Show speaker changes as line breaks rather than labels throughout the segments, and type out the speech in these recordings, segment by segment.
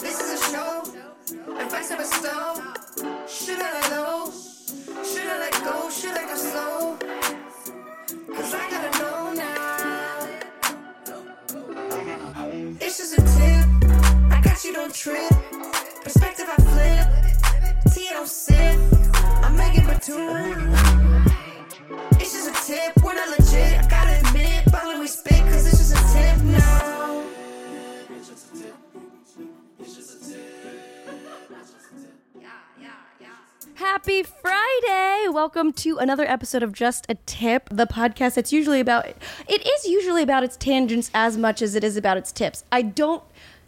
This is a show. Advice never stop. Should I let go? Should I let go? Should I go slow? Cause I gotta know now. It's just a tip. I got you, don't trip. Perspective, I flip. Tea, I don't sip. I'm making my tune. It's just a tip. We're not legit. I gotta admit. But we spit, cause it's just a tip now.
Happy Friday! Welcome to another episode of Just a Tip, the podcast that's usually about it is usually about its tangents as much as it is about its tips. I don't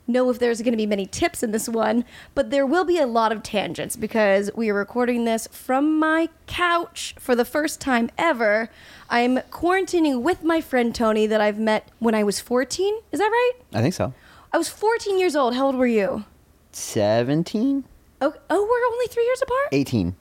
know if there's going to be many tips in this one, but there will be a lot of tangents because we are recording this from my couch for the first time ever. I'm quarantining with my friend Tony that I've met when I was 14. Is that right?
I think so.
I was 14 years old. How old were you?
17?
Oh, oh we're only 3 years apart?
18.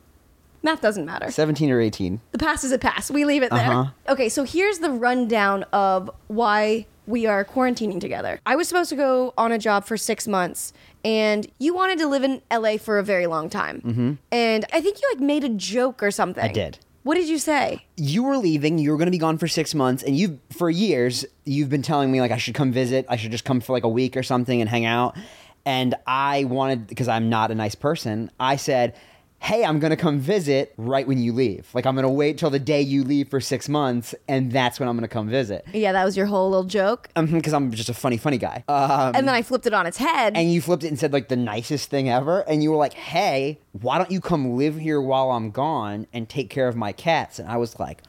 Math doesn't matter.
17 or 18.
The past is a past. We leave it there.
Uh-huh.
Okay, so here's the rundown of why we are quarantining together. I was supposed to go on a job for six months, and you wanted to live in LA for a very long time. Mm-hmm. And I think you like made a joke or something. I
did.
What did you say?
You were leaving, you were going to be gone for 6 months and you for years you've been telling me like I should come visit, I should just come for like a week or something and hang out. And I wanted because I'm not a nice person, I said, "Hey, I'm going to come visit right when you leave. Like I'm going to wait till the day you leave for 6 months and that's when I'm going to come visit."
Yeah, that was your whole little joke.
Because I'm just a funny funny guy. Uh,
and then I flipped it on its head.
and you flipped it and said like the nicest thing ever and you were like hey why don't you come live here while i'm gone and take care of my cats and i was like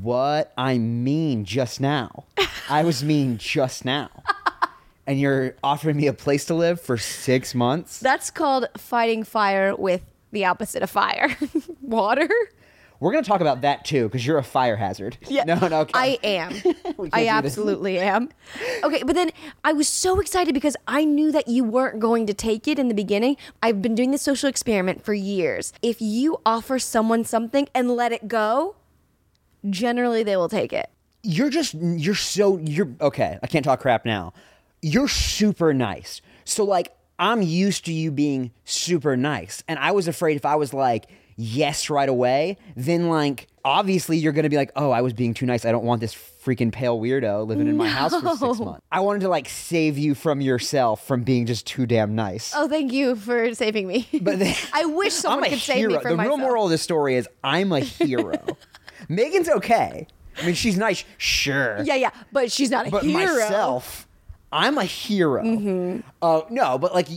what i mean just now i was mean just now and you're offering me a place to live for six months
That's called fighting fire with the opposite of fire water.
we're gonna talk about that too because you're a fire hazard
Yeah.
no no okay.
I am.
We can't
I
do this.
absolutely am. Okay, but then I was so excited because I knew that you weren't going to take it in the beginning. I've been doing this social experiment for years. If you offer someone something and let it go, generally they will take it.
you're just you're so you're okay i can't talk crap now you're super nice so like i'm used to you being super nice and i was afraid if i was like yes right away then like obviously you're gonna be like oh i was being too nice i don't want this freaking pale weirdo living in my house for six months i wanted to like save you from yourself from being just too damn nice
Oh, thank you for saving me.
but then,
I wish someone
I'm a
could save
hero.
me from
the
myself.
real moral of the story is i'm a hero megan's okay i mean she's nice sure
yeah, yeah, but she's not a
but
hero. Mm-hmm.
myself, I'm a hero. Uh, no, but like,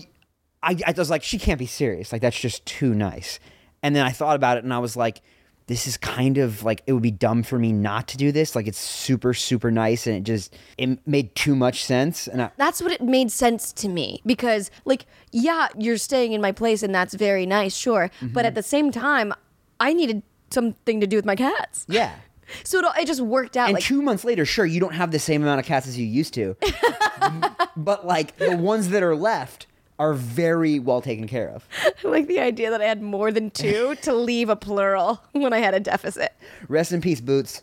I, I was like, she can't be serious. Like, that's just too nice. And then I thought about it, and I was like, this is kind of like it would be dumb for me not to do this. Like, it's super, super nice, and it just it made too much sense. And I,
that's what it made sense to me because like yeah you're staying in my place and that's very nice sure but
Mm-hmm.
at the same time i needed something to do with my cats
yeah.
so it, all- it just worked out
And
like
two months later, sure, you don't have the same amount of cats as you used to, but like the ones that are left are very well taken care of.
I like the idea that i had more than two to leave a plural when i had a deficit
Rest in peace, Boots.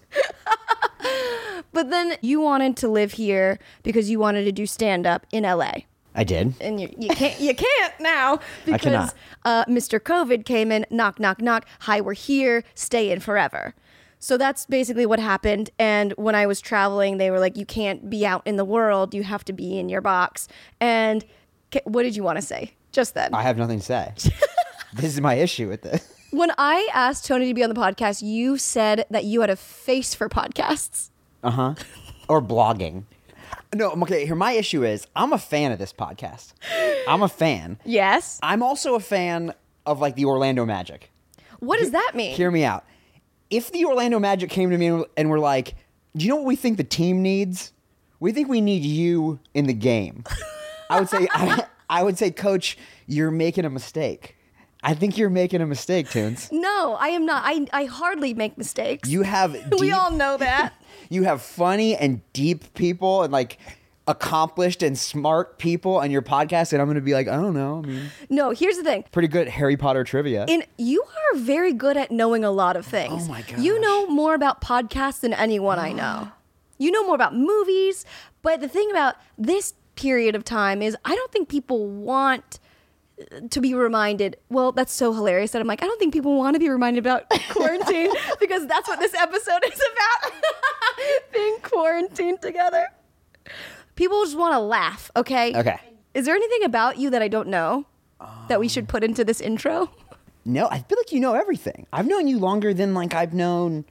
but then you wanted to live here because you wanted to do stand up in la
I did.
and you, you can't you can't now because
cannot.
uh, Mr. COVID came in, knock knock knock. Hi, we're here. Stay in forever. So that's basically what happened. And when I was traveling, they were like, "You can't be out in the world. You have to be in your box." And ca- what did you want to say just then?
I have nothing to say. this is my issue with this.
when I asked Tony to be on the podcast, you said that you had a face for podcasts.
Or blogging. No, I'm okay, here my issue is I'm a fan of this podcast. I'm a fan.
Yes.
I'm also a fan of like the Orlando Magic.
What does that mean?
Hear me out. If the Orlando Magic came to me and, and were like, "Do you know what we think the team needs? We think we need you in the game." I would say, I, I would say, Coach, you're making a mistake. I think you're making a mistake, Tunes.
No, I am not. I, I hardly make mistakes.
You have
we
deep-
all know that.
you have funny and deep people and like accomplished and smart people on your podcast, and I'm going to be like, I don't know. I mean,
No, here's the thing.
pretty good at Harry Potter trivia.
And you are very good at knowing a lot of things.
Oh my
You
gosh.
know more about podcasts than anyone I know. You know more about movies, but the thing about this period of time is I don't think people want uh, to be reminded. Well, that's so hilarious that I'm like, I don't think people want to be reminded about quarantine because that's what this episode is about. Being quarantined together. People just want to laugh, okay?
Okay.
Is there anything about you that I don't know that we
Um,
should put into this intro?
no, I feel like you know everything. I've known you longer than like I've known.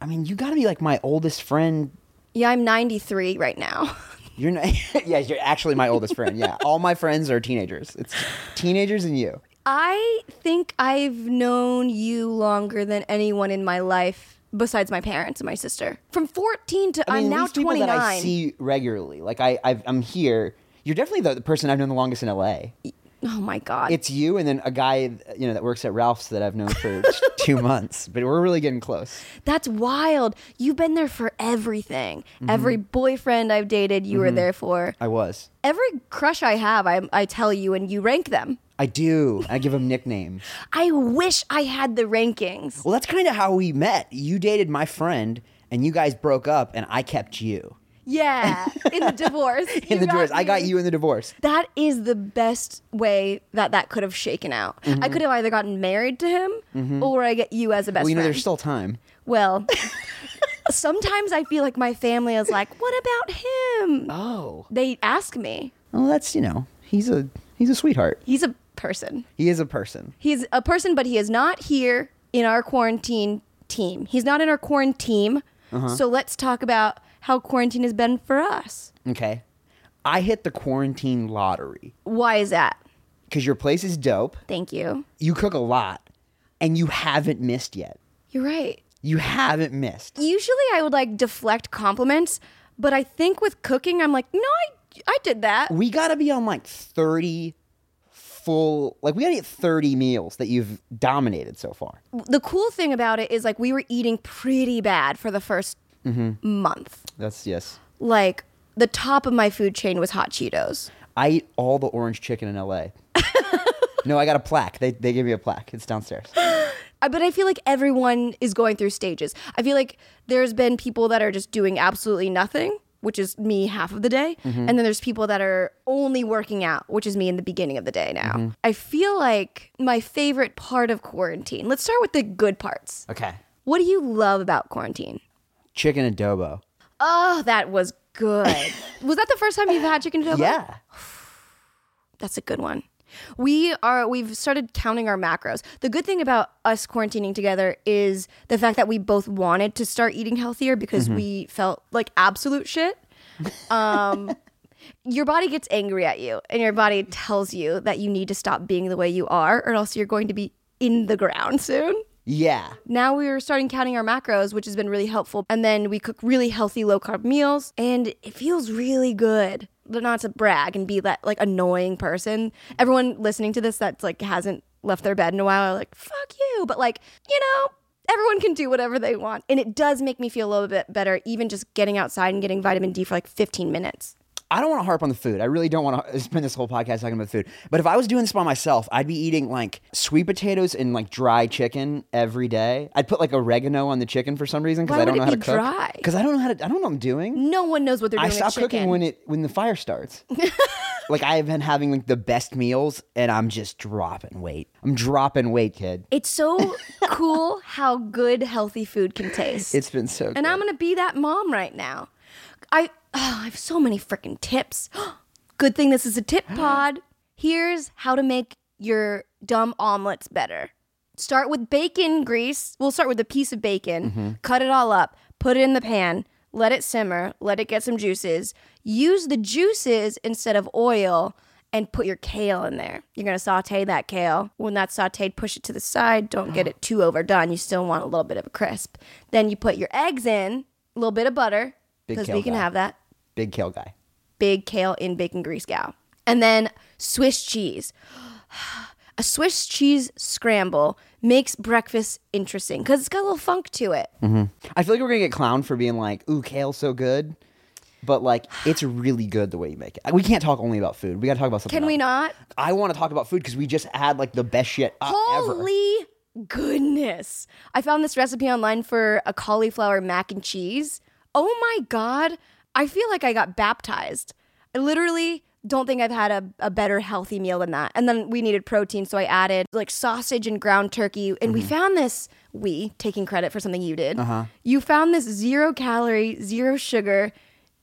I mean, you got to be like my oldest friend.
Yeah, I'm 93 right now.
You're not, yeah, you're actually my oldest friend. Yeah, all my friends are teenagers. It's teenagers and you.
I think I've known you longer than anyone in my life besides my parents and my sister. From 14 to
I mean,
I'm
at
now
least people
29.
that I see regularly. Like I, I've, I'm here. You're definitely the, the person I've known the longest in LA.
oh my god.
it's you and then a guy you know that works at Ralph's that I've known for two months, but we're really getting close.
That's wild. You've been there for everything. Every boyfriend I've dated, you were there for.
Mm-hmm. I was.
Every crush I have, I I tell you and you rank them.
I do. I give him nicknames.
I wish I had the rankings.
Well, that's kind of how we met. You dated my friend, and you guys broke up, and I kept you
Yeah, in the divorce.
in the divorce. I got you in the divorce.
that is the best way that that could have shaken out. I could have either gotten married to him or I get you as a best
Mm-hmm. Well, you know,
friend.
there's still time.
well, sometimes I feel like my family is like, "What about him?"
Oh,
They ask me.
well, that's you know, he's a he's a sweetheart.
He's a person.
He is a person.
He's a person, but he is not here in our quarantine team. He's not in our quarantine.
Uh-huh.
So let's talk about how quarantine has been for us.
Okay, I hit the quarantine lottery
Why is that?
because your place is dope.
Thank you.
You cook a lot, and you haven't missed yet.
You're right.
You haven't missed.
usually I would like deflect compliments, but I think with cooking, I'm like, no, I, I did that.
we gotta be on like 30 full like we gotta get 30 meals that you've dominated so far
The cool thing about it is like we were eating pretty bad for the 1st month.
that's yes
Like the top of my food chain was hot Cheetos.
i eat all the orange chicken in la no i got a plaque they, they gave me a plaque it's downstairs
I- But I feel like everyone is going through stages. I feel like there's been people that are just doing absolutely nothing, which is me half of the day. And then there's people that are only working out, which is me in the beginning of the day now. I feel like my favorite part of quarantine, let's start with the good parts.
okay
What do you love about quarantine?
chicken adobo
Oh, that was good. was that the first time you've had chicken adobo?
yeah
That's a good one. We are we've started counting our macros. The good thing about us quarantining together is the fact that we both wanted to start eating healthier because we felt like absolute shit. Um your body gets angry at you and your body tells you that you need to stop being the way you are or else you're going to be in the ground soon.
yeah
Now we are starting counting our macros, which has been really helpful. And then we cook really healthy, low carb meals, and it feels really good. But not to brag and be that like annoying person. Everyone listening to this that's like hasn't left their bed in a while, are like fuck you. But like you know, everyone can do whatever they want, and it does make me feel a little bit better, even just getting outside and getting vitamin D for like 15 minutes.
I don't want to harp on the food. I really don't want to spend this whole podcast talking about food. But if I was doing this by myself, I'd be eating like sweet potatoes and like dry chicken every day. I'd put like oregano on the chicken for some reason because
Why
I don't
would
know
it
how to
be
cook.
dry?
Because I don't know how to. I don't know what I'm doing.
No one knows what they're
I
doing.
stop
with chicken.
cooking when it when the fire starts. like I have been having like the best meals, and I'm just dropping weight. I'm dropping weight, kid.
It's so cool how good healthy food can taste.
It's been so.
And
good.
I'm gonna be that mom right now. I oh, I have so many freaking tips. Good thing this is a tip pod. Here's how to make your dumb omelets better. Start with bacon grease. We'll start with a piece of bacon. Cut it all up. Put it in the pan. Let it simmer. Let it get some juices. Use the juices instead of oil, and put your kale in there. You're gonna saute that kale. When that's sauteed, push it to the side. Don't get it too overdone. You still want a little bit of a crisp. Then you put your eggs in, a little bit of butter,
Big
because
kale
we can
guy.
have that
Big kale guy.
big kale in bacon grease gal. And then Swiss cheese. A Swiss cheese scramble makes breakfast interesting because it's got a little funk to it.
Mm-hmm. I feel like we're gonna get clowned for being like, "Ooh, kale's so good," but like, it's really good the way you make it. We can't talk only about food. We gotta talk about something.
Can we
else.
not?
I want to talk about food because we just had like the best shit uh, ever.
Holy goodness. I found this recipe online for a cauliflower mac and cheese. Oh my God. I feel like I got baptized. I literally don't think I've had a, a better healthy meal than that. And then we needed protein, so I added like sausage and ground turkey. And
Mm-hmm.
we found this, we taking credit for something you did. Uh-huh. You found this zero calorie, zero sugar,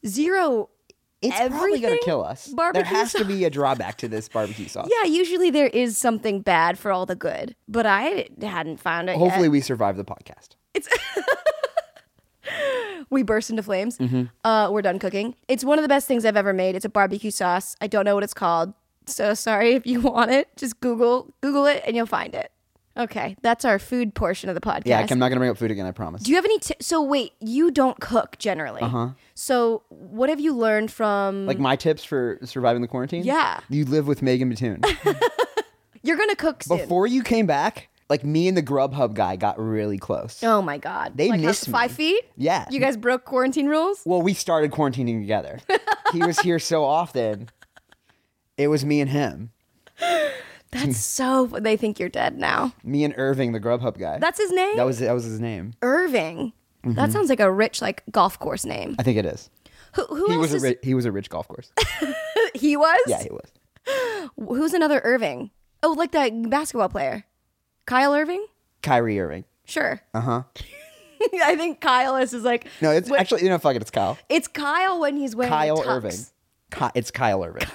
zero
It's probably gonna
everything
kill us.
barbecue
there has to
sauce.
be a drawback to this barbecue sauce.
Yeah, usually there is something bad for all the good, but I hadn't found it
Hopefully,
yet.
we survive the podcast.
We burst into flames.
Mm-hmm.
Uh, we're done cooking. It's one of the best things I've ever made. It's a barbecue sauce. I don't know what it's called, so sorry if you want it. Just Google Google it, and you'll find it. Okay, that's our food portion of the podcast.
Yeah, I'm not gonna bring up food again. I promise.
Do you have any? T- so wait, you don't cook generally. Uh-huh. So what have you learned from?
like my tips for surviving the quarantine?
Yeah.
You live with Megan Batoon.
You're gonna cook soon.
Before you came back, like me and the Grubhub guy got really close.
oh my god,
They
like how-
miss me.
five feet.
Yeah.
you guys broke quarantine rules.
Well, we started quarantining together. he was here so often. It was me and him.
That's so. They think you're dead now.
Me and Irving, the Grubhub guy.
That's his name.
that was that was his name.
Irving. That sounds like a rich like golf course name.
I think it is.
Who, who
He
else
was a
is
ri- he was a rich golf course.
he was?
yeah, he was.
Who's another Irving? Oh, like that basketball player. Kyle Irving?
Kyrie Irving.
Sure. Uh-huh. I think Kyle is, is like
No, it's actually you know fuck it, it's Kyle.
it's Kyle when he's wearing a
Kyle
tux.
Irving. Ki- it's Kyle Irving.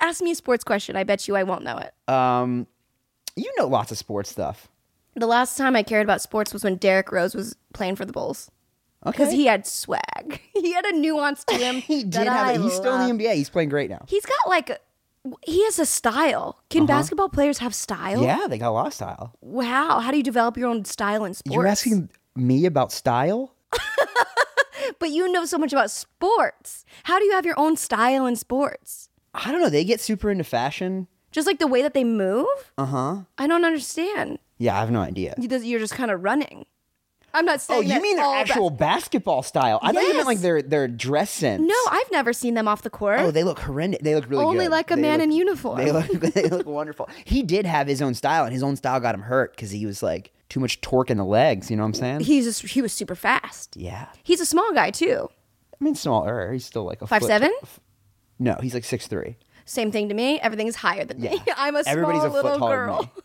Ask me a sports question. I bet you I won't know it.
Um, you know lots of sports stuff.
The last time I cared about sports was when Derrick Rose was playing for the Bulls.
Okay.
Because he had swag. He had a nuance to him.
He did
that
have
I
it. He's still
love.
in the NBA. He's playing great now.
He's got like a, he has a style. Can basketball players have style?
Uh-huh. Yeah, they got a lot of style.
Wow. How do you develop your own style in sports?
You're asking me about style?
But you know so much about sports. How do you have your own style in sports?
I don't know. They get super into fashion.
Just like the way that they move? Uh huh.
Uh-huh.
I don't understand.
Yeah, I have no idea.
You- this- You're just kind of running. I'm not saying
Oh, you
that
mean their
all
actual
bas-
basketball style? I thought you meant like
Yes.
their their dress sense.
no, I've never seen them off the court.
Oh, they look horrendous. They look really
Only
good.
like a
They
man
look-
in uniform.
They look they look wonderful. He did have his own style, and his own style got him hurt because he was like too much torque in the legs. You know what I'm saying?
He's just, he was super fast.
yeah.
He's a small guy too.
I mean, smaller. He's still like a
Five
foot-
seven.
No, he's like six three.
Same thing to me. Everything's higher than me. I'm a
Everybody's
small
a foot
little
taller
girl.
than me.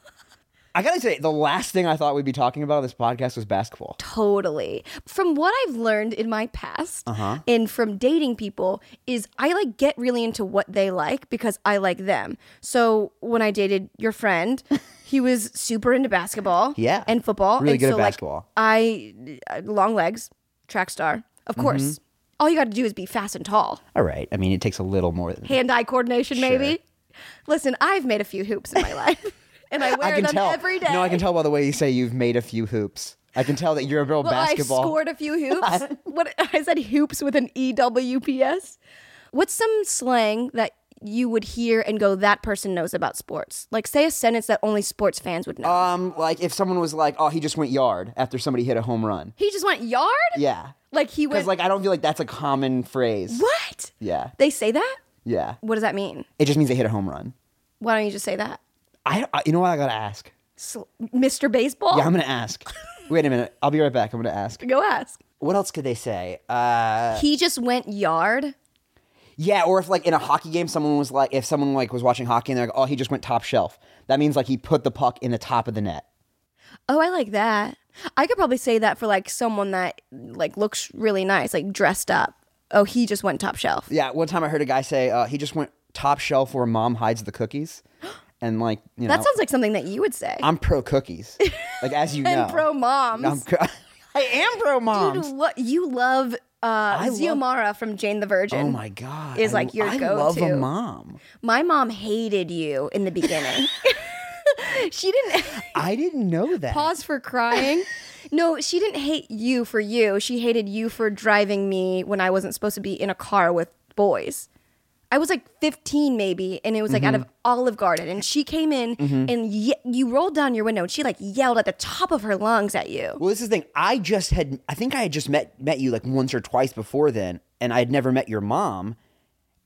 I gotta say, the last thing I thought we'd be talking about on this podcast was basketball.
totally from what i've learned in my past
Uh-huh.
and from dating people is i like get really into what they like because i like them so when i dated your friend he was super into basketball
Yeah.
and football
Really
and
good at
so, like,
basketball.
i uh, long legs track star of
Mm-hmm.
course all you got to do is be fast and tall
All right. I mean, it takes a little more than
hand-eye coordination maybe listen i've made a few hoops in my life and i wear
I can
them
tell.
every day
No, I can tell by the way you say you've made a few hoops. I can tell that you're a real
Well,
basketball.
I scored a few hoops. what I said hoops with an E W P S. What's some slang that you would hear and go, that person knows about sports? Like say a sentence that only sports fans would know.
um, like if someone was like, "Oh, he just went yard" after somebody hit a home run.
he just went yard?
Yeah,
Like he
because
went
like I don't feel like that's a common phrase.
What?
Yeah,
They say that?
yeah.
What does that mean?
It just means they hit a home run.
Why don't you just say that?
I, I you know what I gotta ask.
Sl- Mr. Baseball?
Yeah, I'm gonna ask. Wait a minute. I'll be right back. I'm gonna ask.
go ask.
What else could they say? Uh,
he just went yard.
yeah, or if like in a hockey game, someone was like, if someone like was watching hockey and they're like, "Oh, he just went top shelf." That means like he put the puck in the top of the net.
Oh, I like that. I could probably say that for like someone that like looks really nice, like dressed up. Oh, he just went top shelf.
Yeah, one time I heard a guy say uh, he just went top shelf where mom hides the cookies, and like you know,
That sounds like something that you would say.
I'm pro cookies, like as you know,
and pro moms.
I'm, co- I am pro moms.
Dude, what you love uh,
I love-
Ziomara from Jane the Virgin.
Oh my god!
Is
I-
like your
I
go-to.
love a mom.
My mom hated you in the beginning. she didn't
I didn't know that.
Pause for crying.
No, she didn't hate you for you. She hated you for driving me when I wasn't supposed to be in a car with boys. I was like 15 maybe, and it was like out
Mm-hmm.
of Olive Garden, and she came in and ye- you rolled down your window, and she like yelled at the top of her lungs at you.
Well, this is the thing. I just had. I think I had just met met you like once or twice before then, and I had never met your mom.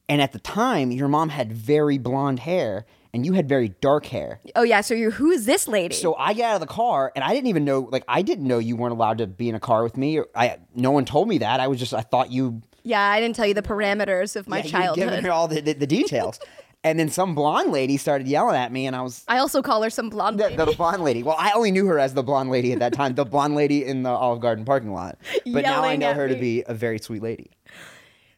And at the time, your mom had very blonde hair, and you had very dark hair.
Oh yeah, so you're who is this lady?
So I got out of the car, and I didn't even know. Like I didn't know you weren't allowed to be in a car with me. Or I no one told me that. I was just. I thought you.
yeah, I didn't tell you the parameters of my
yeah, you were giving
childhood.
her all the, the, the details. and then some blonde lady started yelling at me, and I was
I also call her some blonde.
the, the blonde lady. Well, I only knew her as the blonde lady at that time, the blonde lady in the Olive Garden parking lot. But now I
Yelling
know
at
her to
me.
be a very sweet lady.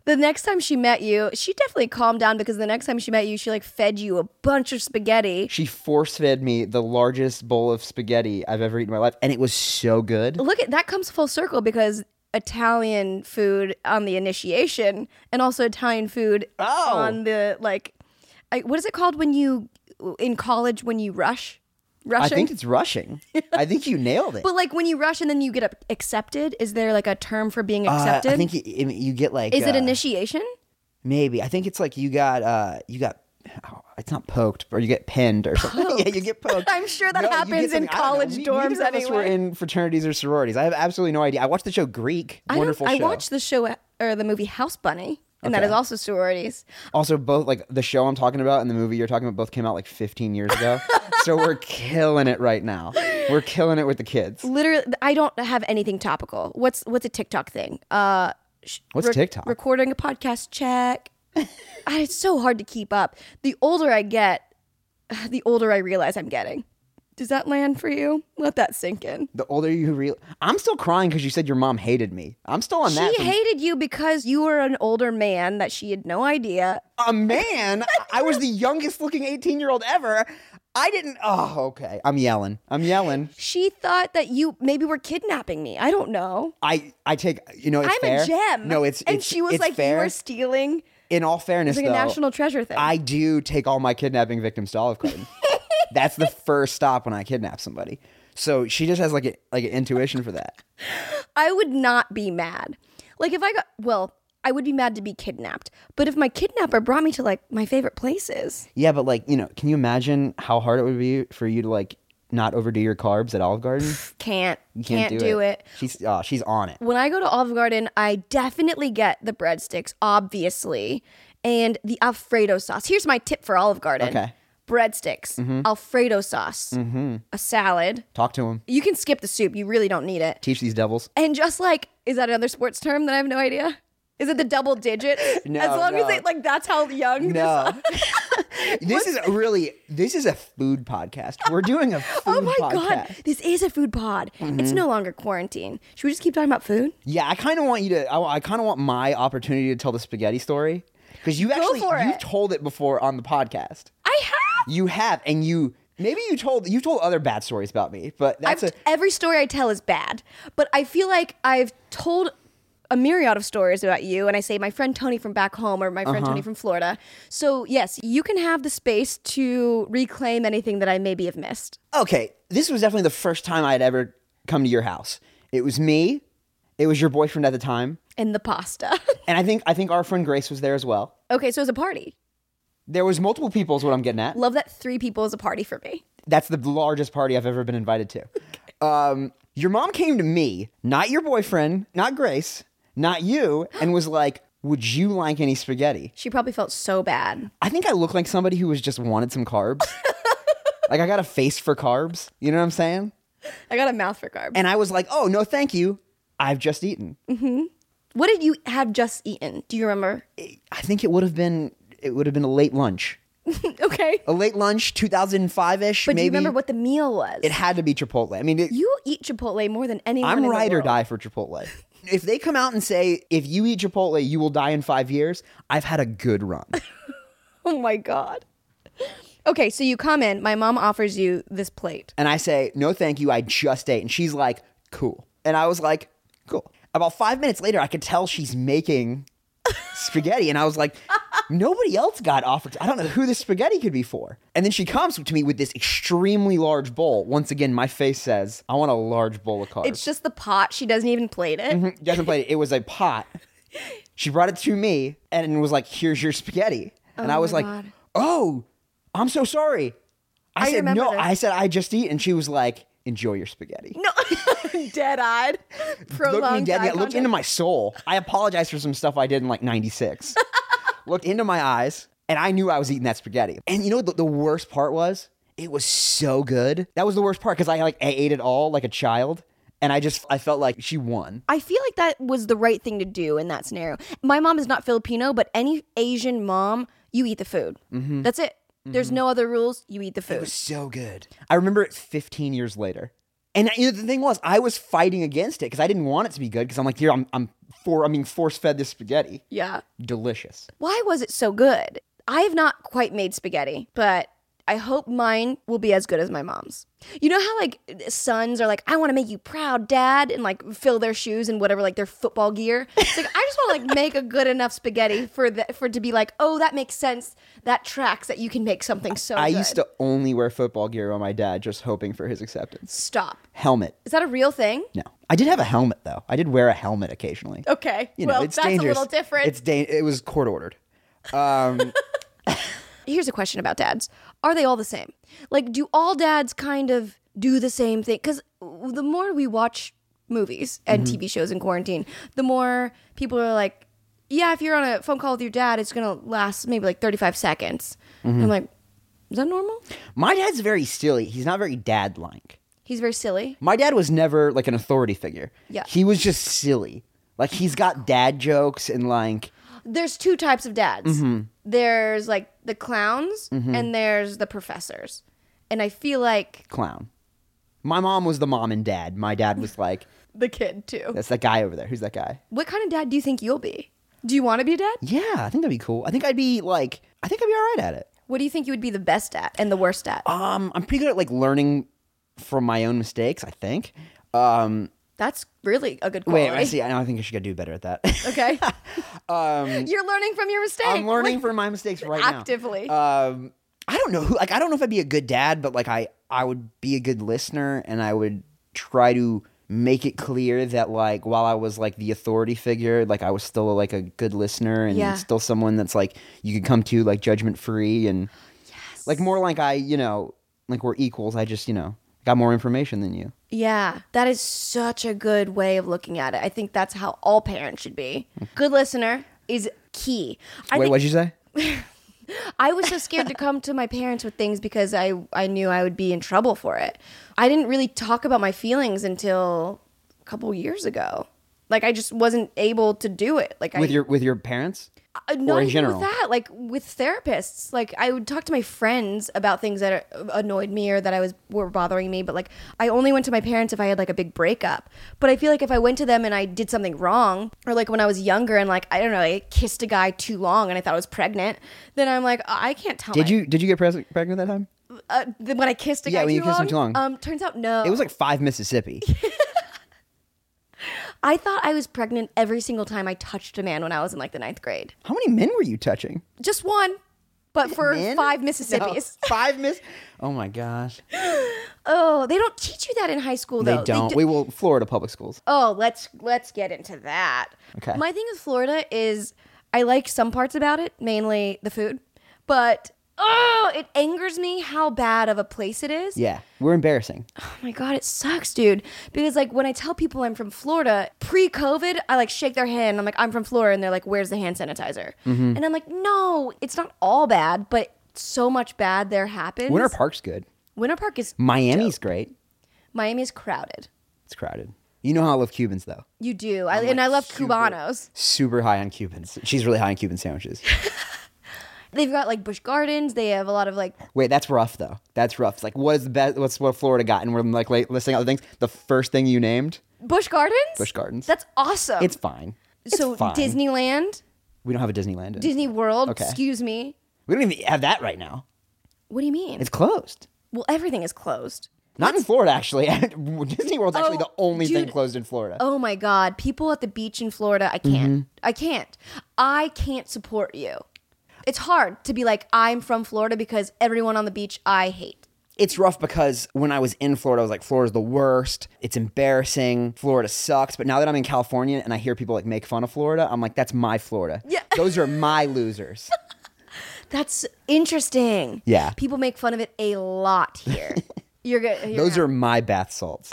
the next time she met you, she definitely calmed down because the next time she met you, she like fed you a bunch of spaghetti.
She force fed me the largest bowl of spaghetti I've ever eaten in my life, and it was so good.
look at that comes full circle because Italian food on the initiation and also Italian food
Oh.
on the like I, what is it called when you in college when you rush
I
rushing
think it's rushing. I think you nailed it.
but like when you rush and then you get up- accepted is there like a term for being
Uh,
accepted
I think you, you get like.
is it
uh,
initiation
Maybe I think it's like you got uh you got. Oh, it's not poked, or you get pinned, or something. yeah, you get poked.
I'm sure that
you get
happens in
something- I don't know.
college
Ne-
dorms
Neither of us were
anyway.
in fraternities or sororities. I have absolutely no idea. I watched the show Greek.
I don't-
Wonderful
I
show.
watched the show or the movie House Bunny and that
Okay.
is also sororities
Also, both like the show I'm talking about and the movie you're talking about both came out like 15 years ago. so we're killing it right now. We're killing it with the kids.
literally I don't have anything topical what's what's a TikTok thing uh sh-
What's TikTok?
recording a podcast check. I, it's so hard to keep up. The older I get, the older I realize I'm getting. Does that land for you? Let that sink in.
the older you real, I'm still crying because you said your mom hated me. I'm still on that.
She
from-
hated you because you were an older man that she had no idea.
a man. I was the youngest looking 18 year old ever. I didn't. Oh, okay. I'm yelling. I'm yelling.
She thought that you maybe were kidnapping me. I don't know.
I I take. You know, it's
I'm
fair.
a gem.
No, it's
and
it's-
she was
it's
like,
fair.
you were stealing.
In all fairness,
It's like a
though,
national treasure thing.
I do take all my kidnapping victims to Olive Garden. That's the first stop when I kidnap somebody. So she just has like a, like an intuition for that.
I would not be mad. Like if I got well, I would be mad to be kidnapped. But if my kidnapper brought me to like my favorite places,
Yeah, but like you know, can you imagine how hard it would be for you to like not overdo your carbs at Olive Garden?
can't
You
can't, do, it.
She's oh, she's on it.
When I go to Olive Garden, I definitely get the breadsticks, obviously, and the Alfredo sauce. Here's my tip for Olive Garden:
Okay. Mm-hmm.
breadsticks, Alfredo sauce, a salad.
Talk to him.
You can skip the soup; you really don't need it.
Teach these devils.
And just like, is that another sports term that I have no idea? Is it the double digit?
No,
as long as
no.
they like, that's how young. this-
No. this is really this is a food podcast. We're doing a food
Oh my god,
podcast. Mm-hmm.
this is a food pod. It's no longer quarantine. Should we just keep talking about food?
Yeah, I kind of want you to. I, I kind of want my opportunity to tell the spaghetti story because you actually
for
you've
it.
told it before on the podcast.
I have.
You have, and you maybe you told you told other bad stories about me, but that's
I've-
a
every story I tell is bad, but I feel like I've told a myriad of stories about you, and I say my friend Tony from back home or my friend
Uh-huh.
Tony from Florida. So yes, you can have the space to reclaim anything that I maybe have missed.
okay, this was definitely the first time I had ever come to your house. It was me, it was your boyfriend at the time,
And the pasta.
and I think I think our friend Grace was there as well.
okay, so it's a party.
There was multiple people is what I'm getting at.
Love that three people is a party for me.
That's the largest party I've ever been invited to. Um, your mom came to me, not your boyfriend, not Grace, not you, and was like, "Would you like any spaghetti?"
She probably felt so bad.
I think I look like somebody who was just wanted some carbs. like I got a face for carbs. You know what I'm saying?
I got a mouth for carbs.
And I was like, "Oh no, thank you. I've just eaten."
What did you have just eaten? Do you remember?
I think it would have been it would have been a late lunch,
okay.
a late lunch, 2005 ish.
But
maybe.
do you remember what the meal was?
it had to be Chipotle. I mean, it,
you eat Chipotle more than anyone. in
I'm
the
ride or
world.
die for Chipotle. If they come out and say, if you eat Chipotle, you will die in five years, I've had a good run.
Oh my god. Okay, so you come in. My mom offers you this plate.
and I say, no, thank you. I just ate. And she's like, cool. And I was like, cool. About five minutes later, I could tell she's making spaghetti, and I was like, nobody else got offered. I don't know who this spaghetti could be for. And then she comes to me with this extremely large bowl. Once again, my face says, I want a large bowl of carbs.
It's just the pot. She doesn't even plate it.
Jasmine played it. It was a pot. She brought it to me and was like, "Here's your spaghetti." and I was like,
God.
"Oh, I'm so sorry." I, said
remember
no.
this.
I said I just eat, and she was like, "Enjoy your spaghetti." No,
dead eyed.
looked me
Prolonged.
dead.
eye
Yeah, looked into
contact.
my soul. I apologized for some stuff I did in like '96. looked into my eyes, and I knew I was eating that spaghetti. And you know what the, the worst part was? It was so good. That was the worst part because I like I ate it all like a child, and I just I felt like she won.
I feel like that was the right thing to do in that scenario. My mom is not Filipino, but any Asian mom, you eat the food. That's it. There's no other rules. You eat the food.
Mm-hmm. It was so good. I remember it 15 years later. And you know, the thing was, I was fighting against it because I didn't want it to be good because I'm like, here, I'm, I'm, for, I'm being force fed this spaghetti.
yeah.
Delicious.
Why was it so good? I have not quite made spaghetti, but I hope mine will be as good as my mom's. You know how like sons are like, I want to make you proud, dad, and like fill their shoes and whatever, like their football gear. It's like I just want to like make a good enough spaghetti for the for it to be like, oh, that makes sense. That tracks that you can make something so.
I
good."
used to only wear football gear on my dad, just hoping for his acceptance.
stop.
Helmet.
Is that a real thing?
No. I did have a helmet, though. I did wear a helmet occasionally.
Okay.
You know,
Oh, well,
it's
that's
dangerous.
a little different.
It's da- It was court ordered.
Here's a question about dads. Are they all the same? Like, do all dads kind of do the same thing? Because the more we watch movies and TV shows in quarantine, the more people are like, yeah, if you're on a phone call with your dad, it's going to last maybe like 35 seconds. I'm like, is that normal?
My dad's very silly. He's not very dad like.
He's very silly.
My dad was never like an authority figure.
Yeah.
He was just silly. Like, he's got dad jokes and like,
There's two types of dads there's like the clowns and there's the professors. And I feel like
clown. My mom was the mom and dad. My dad was like,
the kid too.
that's that guy over there. Who's that guy?
What kind of dad do you think you'll be? Do you want to be a dad?
Yeah, I think that'd be cool. I think I'd be like, I think I'd be all right at it.
What do you think you would be the best at and the worst at?
Um, I'm pretty good at like learning from my own mistakes. I think. Um,
That's really a good
wait,
quality.
I see. I know. I think I should go do better at that.
Okay. You're learning from your mistake.
Um, I'm learning
Like,
from my mistakes right now.
actively.
Um, I don't know who. Like, I don't know if I'd be a good dad, but like, I I would be a good listener, and I would try to make it clear that like while I was like the authority figure, like I was still like a good listener and
Yeah.
still someone that's like you could come to like judgment free and like more like I you know like we're equals. I just you know got more information than you.
yeah, that is such a good way of looking at it. I think that's how all parents should be. Good listener is key. I
Wait,
think
what'd you say?
I was so scared to come to my parents with things because I I knew I would be in trouble for it. I didn't really talk about my feelings until a couple years ago. Like I just wasn't able to do it. Like
With
I,
your with your parents?
Uh, not
in
even
general?
with that like with therapists like i would talk to my friends about things that uh, annoyed me or that i was were bothering me but like i only went to my parents if i had like a big breakup but i feel like if i went to them and i did something wrong or like when i was younger and like i don't know i kissed a guy too long and i thought i was pregnant then i'm like i can't tell
Did
my-
you did you get pres- pregnant that time?
uh, th- when i kissed a
Yeah,
guy
when
too,
you kissed him
long,
too long.
um turns out no
It was like five Mississippi.
i thought i was pregnant every single time i touched a man when i was in like the ninth grade
How many men were you touching?
just one but for
Men?
five
No,
mississippis
five Miss. Oh my gosh.
Oh, they don't teach you that in high school
They
though.
don't.
do-
we will Florida public schools.
oh, let's let's get into that.
Okay.
My thing with Florida is I like some parts about it, mainly the food, but oh, it angers me how bad of a place it is.
Yeah, we're embarrassing.
Oh my god, it sucks, dude. Because like when I tell people I'm from Florida, pre-COVID, I like shake their hand. I'm like, I'm from Florida, and they're like, Where's the hand sanitizer?
Mm-hmm.
And I'm like, No, it's not all bad, but so much bad there happens.
Winter Park's good.
Winter Park is
Miami's great.
Miami is crowded.
It's crowded. You know how I love Cubans though.
You do.
Oh
I, and I love Cubanos.
Super high on Cubans. She's really high on Cuban sandwiches.
They've got like Bush Gardens. They have a lot of like,
Wait, that's rough though. That's rough. It's like what is the best? What's what Florida got? And we're like la- listing other things. The first thing you named,
Bush Gardens?
Bush Gardens.
That's awesome.
it's fine. It's
so
fine.
Disneyland,
We don't have a Disneyland. in-
Disney World,
Okay.
excuse me.
We don't even have that right now.
What do you mean?
It's closed.
well, everything is closed.
Not in Florida, actually. Disney World's actually
Oh,
the only thing
dude.
closed in Florida.
Oh my God. People at the beach in Florida, I
Mm-hmm.
can't. I can't. I can't support you. It's hard to be like, I'm from Florida because everyone on the beach I hate.
It's rough because when I was in Florida, I was like, Florida's the worst. It's embarrassing. Florida sucks. But now that I'm in California and I hear people like make fun of Florida, I'm like, that's my Florida. Yeah. Those are my losers.
That's interesting.
Yeah.
People make fun of it a lot here. You're good.
Those are my bath salts.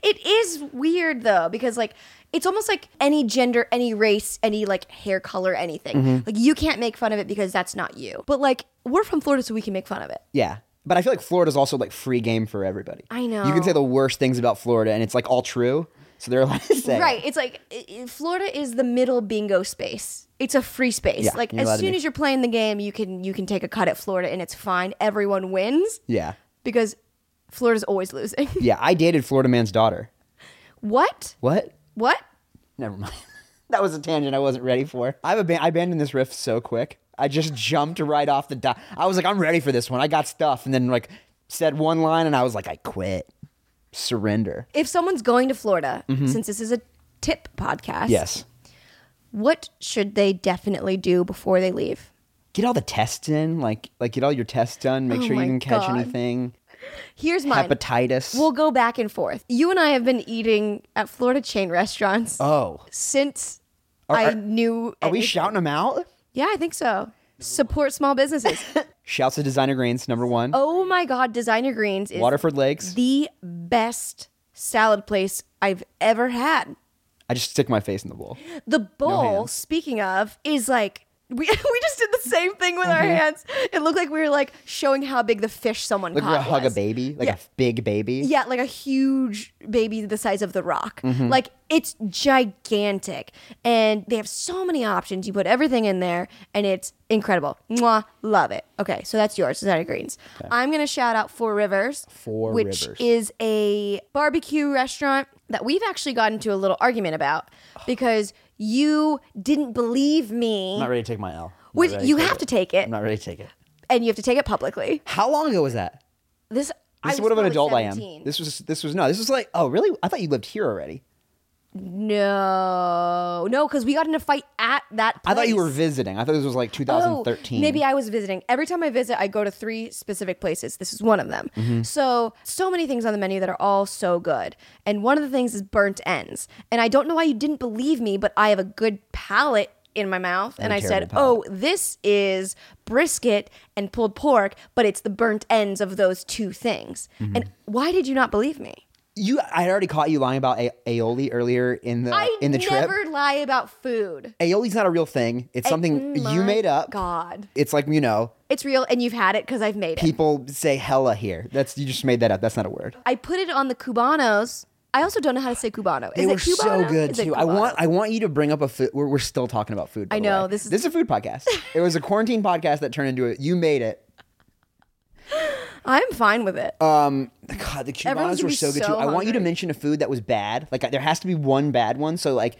It is weird though because like it's almost like any gender, any race, any like hair color, anything.
Mm-hmm.
Like you can't make fun of it because that's not you. But like we're from Florida, so we can make fun of it.
yeah. But I feel like Florida's also like free game for everybody.
I
You can say
know.
the worst things about Florida and it's like all true. So they're allowed to say. it.
Right. It's like i- i- Florida is the middle bingo space. It's a free space.
Yeah,
like
you're allowed
as
to
soon
make-
as you're playing the game, you can you can take a cut at Florida and it's fine. Everyone wins
Yeah.
because Florida's always losing.
Yeah. I dated Florida man's daughter.
what?
What?
What?
Never mind. that was a tangent I wasn't ready for. I've aban- I abandoned this riff so quick. I just jumped right off the dot. I was like, I'm ready for this one. I got stuff. And then, like, said one line and I was like, I quit. Surrender.
If someone's going to Florida, since this is a tip podcast,
Mm-hmm. Yes.
what should they definitely do before they leave?
Get all the tests in. Like, like get all your tests done. Make
Oh
sure you
my
didn't catch
God.
anything.
Here's mine.
Hepatitis.
We'll go back and forth. You and I have been eating at Florida chain restaurants
oh.
since I
are-
knew.
Are we
anything.
shouting them out?
Yeah, I think so. Support small businesses.
Shouts to Designer Grains, number one.
oh my God, Designer Greens is
Waterford Lakes.
the best salad place I've ever had.
I just stick my face in the bowl.
The bowl,
hands.
speaking of, is like. We, we just did the same thing
Uh-huh.
with our hands. It looked like we were like showing how big the fish someone
Like, we're
caught
gonna hug a
was.
baby. Like,
Yeah.
a big baby.
Yeah, like a huge baby the size of the rock.
Mm-hmm.
Like it's gigantic. And they have so many options. You put everything in there and it's incredible. Mwah, love it. Okay, so that's yours, Susanna Greens. I'm gonna shout out Four Rivers.
Four
which
Rivers.
is a barbecue restaurant that we've actually gotten into a little argument about because you didn't believe me.
I'm not ready to take my L. I'm not
Which-
ready
you
take
have
it.
to take it.
I'm not ready to take it.
and you have to take it publicly.
How long ago was that?
This I
This is
was
what of an
probably
adult
17.
I am. This was this was no. This was like oh really? I thought you lived here already.
No, no, because we got in a fight at that. Place.
I thought you were visiting. I thought this was like
Oh,
2013.
maybe I was visiting. Every time I visit, I go to three specific places. This is one of them.
Mm-hmm.
So, so many things on the menu that are all so good. And one of the things is burnt ends. And I don't know why you didn't believe me, but I have a good palate in my mouth. And
a
I said,
terrible
oh, this is brisket and pulled pork, but it's the burnt ends of those two things.
Mm-hmm.
And why did you not believe me?
you. I had already caught you lying about a- aioli earlier in the
I
Uh, in the trip.
never lie about food.
Aioli's not a real thing. It's something you
Oh Mm, My
made up.
God.
It's like you know
It's real, and you've had it because I've made it.
people say hella here. That's you just made that up. That's not a word.
I put it on the cubanos. I also don't know how to say cubano. Is
They
it
were
cubano?
so good
Is it
too. I
cubano?
want I want you to bring up a food. We're, we're still talking about food. by
I
the
know,
way.
this is-
this is a food podcast. it was a quarantine podcast that turned into a. You made it.
I'm fine with it.
Uh, Um, God, the
Everyone's
Cubanos
gonna
were
be
so good
so
too. I want you to
hungry.
mention a food that was bad. Like there has to be one bad one, so like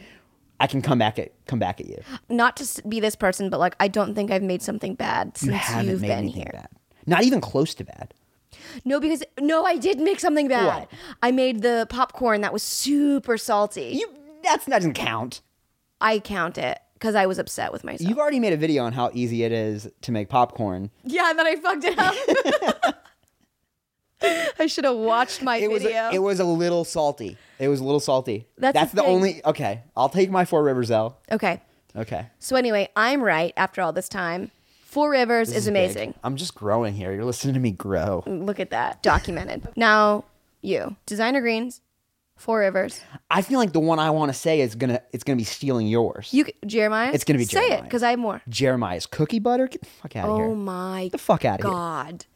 I can come back at come back at you.
Not to s- be this person, but like I don't think I've made something bad
You
since
haven't
have
made
been
anything
here.
bad. Not even close to bad.
No, because no, I did make something bad.
What?
I made the popcorn that was super salty.
You that's that doesn't count.
I count it because I was upset with myself.
You've already made a video on how easy it is to make popcorn.
yeah, and then I fucked it up. I should have watched my
It was
video.
a, it was a little salty. It was a little salty.
That's
that's
the
the
thing.
only okay. I'll take my Four Rivers L.
okay.
Okay.
So anyway, I'm right after all this time. Four Rivers is
Big.
amazing.
I'm just growing here. You're listening to me grow.
Look at that. Documented. now you. Designer greens, four rivers.
I feel like the one I want to say is gonna it's gonna be stealing yours.
You c- Jeremiah.
It's gonna be
say it
Jeremiah.
because I have more.
Jeremiah's cookie butter. Get the fuck out of here.
Oh my
the fuck outta here.
God.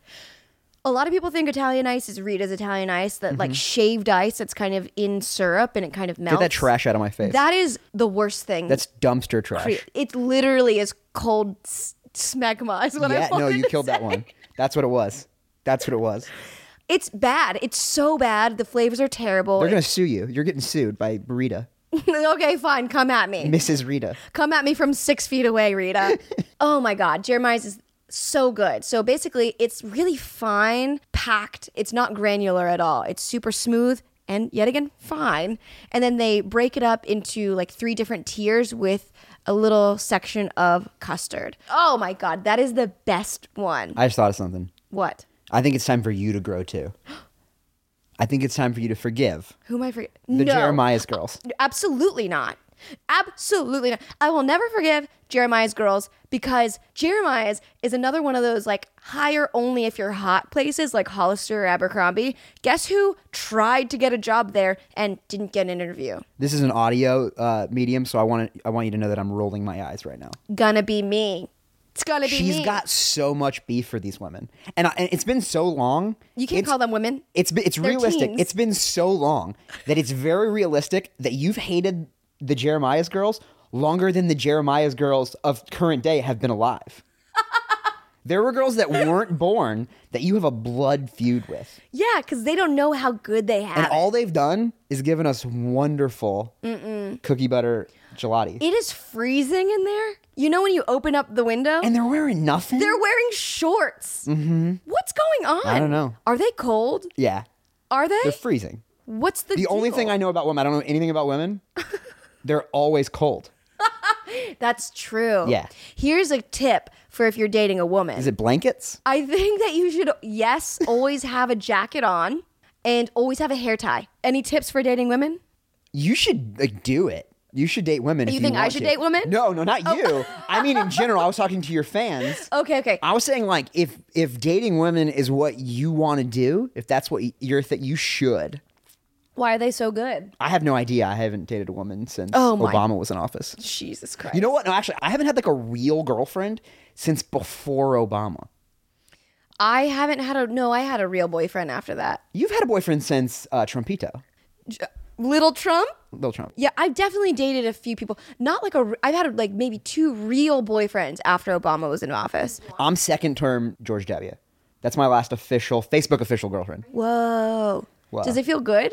A lot of people think Italian ice is Rita's Italian ice, that like shaved ice that's kind of in syrup and it kind of melts.
Mm-hmm. Get that trash out of my face.
That is the worst thing.
That's dumpster trash.
it. Literally is cold s- smegma. Is what
yeah,
I
no,
wanted
you
to
killed that
say.
one. That's what it was. That's what it was.
It's bad. It's so bad. The flavors are terrible.
They're gonna sue you. You're getting sued by Rita,
okay, fine. Come at me.
Mrs. Rita.
Come at me from six feet away, Rita. oh my God, Jeremiah's is so good. So basically, it's really fine, packed. It's not granular at all. It's super smooth and yet again fine. And then they break it up into like three different tiers with a little section of custard. Oh my god, that is the best one.
I just thought of something.
what?
I think it's time for you to grow too. I think it's time for you to forgive
Who am I forgetting?
the
no,
Jeremiah's girls.
Absolutely not. Absolutely not. I will never forgive Jeremiah's girls because Jeremiah's is another one of those like hire only if you're hot places like Hollister or Abercrombie. Guess who tried to get a job there and didn't get an interview?
This is an audio uh, medium, so I want to, I want you to know that I'm rolling my eyes right now.
Gonna be me. It's gonna be
She's
me.
got so much beef for these women, and, I, and it's been so long.
You can't
it's-
call them women.
It's been- it's
They're
realistic.
teens.
It's been so long that it's very realistic that you've hated the Jeremiah's girls longer than the Jeremiah's girls of current day have been alive. there were girls that weren't born that you have a blood feud with.
Yeah, because they don't know how good they have.
And
it.
all they've done is given us wonderful cookie butter gelati.
it is freezing in there. You know when you open up the window?
and they're wearing nothing?
they're wearing shorts. Mm-hmm. What's going on?
don't know.
Are they cold?
yeah.
Are they?
They're freezing.
What's the
The only thing I know about women, I don't know anything about women, they're always cold.
That's true.
Yeah.
Here's a tip for if you're dating a woman.
Is it blankets?
I think that you should yes, always have a jacket on and always have a hair tie. Any tips for dating women?
You should like do it. You should date women. if
You
You
think I
want
should
to.
date women? Oh.
No, no, not you. I mean, in general, I was talking to your fans.
Okay, okay.
I was saying like if if dating women is what you want to do, if that's what y- your thing, you should.
Why are they so good?
I have no idea. I haven't dated a woman since
Oh, my-
Obama was in office.
Jesus Christ.
You know what? No, actually, I haven't had like a real girlfriend since before Obama.
I haven't had a no, I had a real boyfriend after that.
You've had a boyfriend since uh, Trumpito,
Little Trump?
Little Trump.
Yeah, I've definitely dated a few people. Not like a I've had like maybe two real boyfriends after Obama was in office.
I'm second term George W. That's my last official Facebook official girlfriend.
Whoa.
Wow.
Does it feel good?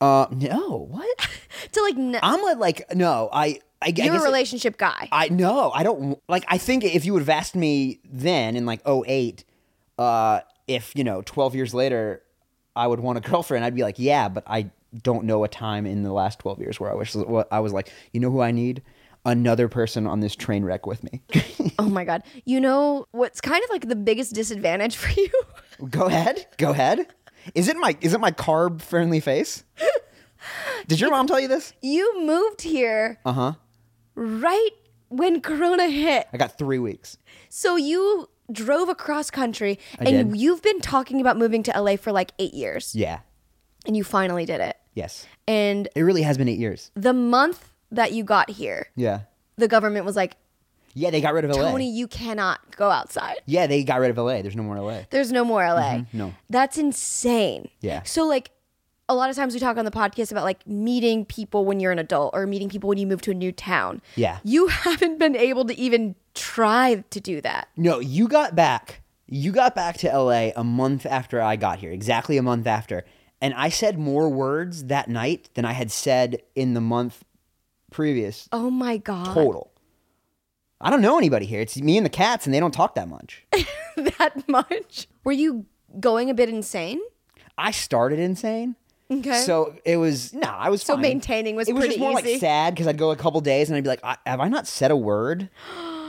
Uh, no, what?
To like n-
I'm a, like no, I I, I
you're
guess
a
it-
relationship guy.
I no, I don't like. I think if you would have asked me then in like 08, uh, if you know, twelve years later, I would want a girlfriend. I'd be like, yeah, but I don't know a time in the last twelve years where I was I was like, you know who I need another person on this train wreck with me.
Oh my God. You know what's kind of like the biggest disadvantage for you?
go ahead, go ahead. Is it my is it my carb friendly face? Did your mom tell you this?
You moved here. Uh
Uh-huh.
huh. Right when Corona hit.
I got three weeks.
So you drove across country
I
and
did.
you've been talking about moving to LA for like eight years
Yeah.
and you finally did it.
Yes.
And
It really has been eight years.
the month that you got here,
Yeah.
the government was like,
Yeah, they got rid of LA.
Tony, you cannot go outside.
Yeah, they got rid of LA. There's no more LA.
There's no more LA.
Mm-hmm. no.
That's insane.
Yeah.
So like a lot of times we talk on the podcast about like meeting people when you're an adult or meeting people when you move to a new town.
Yeah.
You haven't been able to even try to do that.
No, you got back. You got back to LA a month after I got here, exactly a month after. And I said more words that night than I had said in the month previous
Oh my god.
total. I don't know anybody here. It's me and the cats, and they don't talk that much.
That much. Were you going a bit insane?
I started insane.
Okay.
So it was no, I was
So
fine.
maintaining was
it was
pretty
just more
easy.
like sad because I'd go a couple days and I'd be like, I, have I not said a word?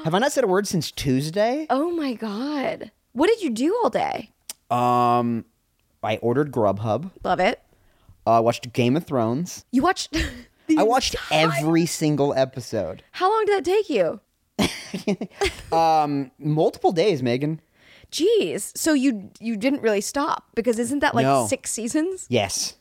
Have I not said a word since Tuesday?
Oh my god. What did you do all day?
Um, I ordered Grubhub. Uh,
Love it.
I watched Game of Thrones.
You watched the
I watched every single episode.
How long did that take you?
Multiple days, Megan.
Jeez. So you you didn't really stop because isn't that like
No.
6 seasons?
Yes.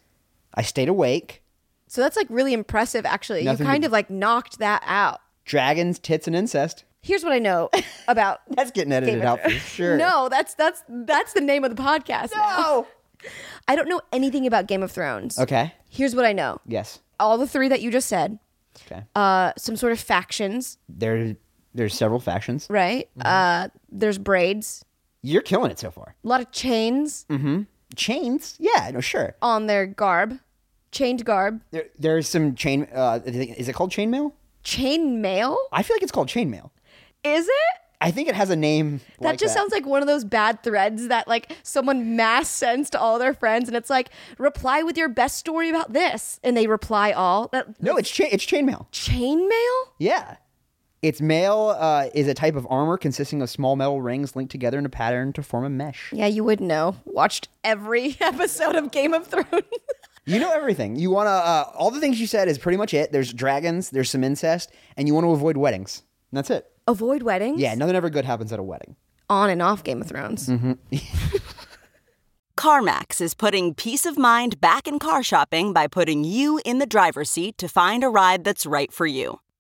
I stayed awake.
So that's like really impressive, actually.
Nothing
you kind
but-
of like knocked that out.
Dragons, tits, and incest.
Here's what I know about.
That's getting edited
Game of
out for sure.
No, that's that's that's the name of the podcast. now.
No.
I don't know anything about Game of Thrones.
Okay.
Here's what I know:
Yes.
all the three that you just said,
Okay.
uh, some sort of factions,
there, there's several factions.
right?
Mm-hmm.
Uh, there's braids,
You're killing it so far.
a lot of chains
Mm. Chains. Yeah. No. Sure.
on their garb, chained garb,
There, there's some chain. Uh, I think- is it called chainmail?
chain mail.
I feel like it's called chainmail.
Is it?
I think it has a name.
That just sounds like one of those bad threads that like someone mass sends to all their friends, and it's like reply with your best story about this, and they reply all that
no. It's cha- it's chainmail.
chainmail.
Yeah. Its mail uh, is a type of armor consisting of small metal rings linked together in a pattern to form a mesh.
Yeah, you would know. Watched every episode of Game of Thrones.
You know everything. You want to, uh, all the things you said is pretty much it. There's dragons, there's some incest, and you want to avoid weddings. And that's it.
Avoid weddings.
Yeah, nothing ever good happens at a wedding.
On and off Game of Thrones.
CarMax is putting peace of mind back in car shopping by putting you in the driver's seat to find a ride that's right for you.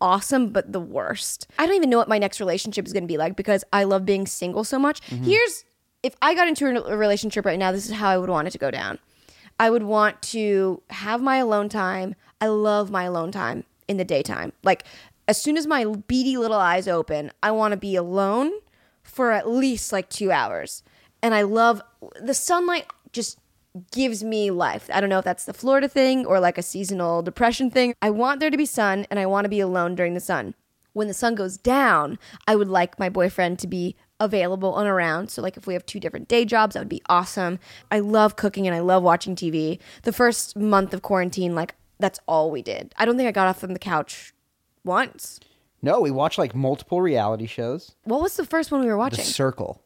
awesome, but the worst. I don't even know what my next relationship is going to be like because I love being single so much. Here's if I got into a relationship right now, this is how I would want it to go down. I would want to have my alone time. I love my alone time in the daytime. Like as soon as my beady little eyes open, I want to be alone for at least like 2 hours. And I love the sunlight just gives me life. I don't know if that's the Florida thing or like a seasonal depression thing. I want there to be sun and I want to be alone during the sun. When the sun goes down, I would like my boyfriend to be available and around. So like if we have two different day jobs, that would be awesome. I love cooking and I love watching TV. The first month of quarantine, like that's all we did. I don't think I got off from the couch once.
No, we watch like multiple reality shows.
What was the first one we were
The
watching?
Circle.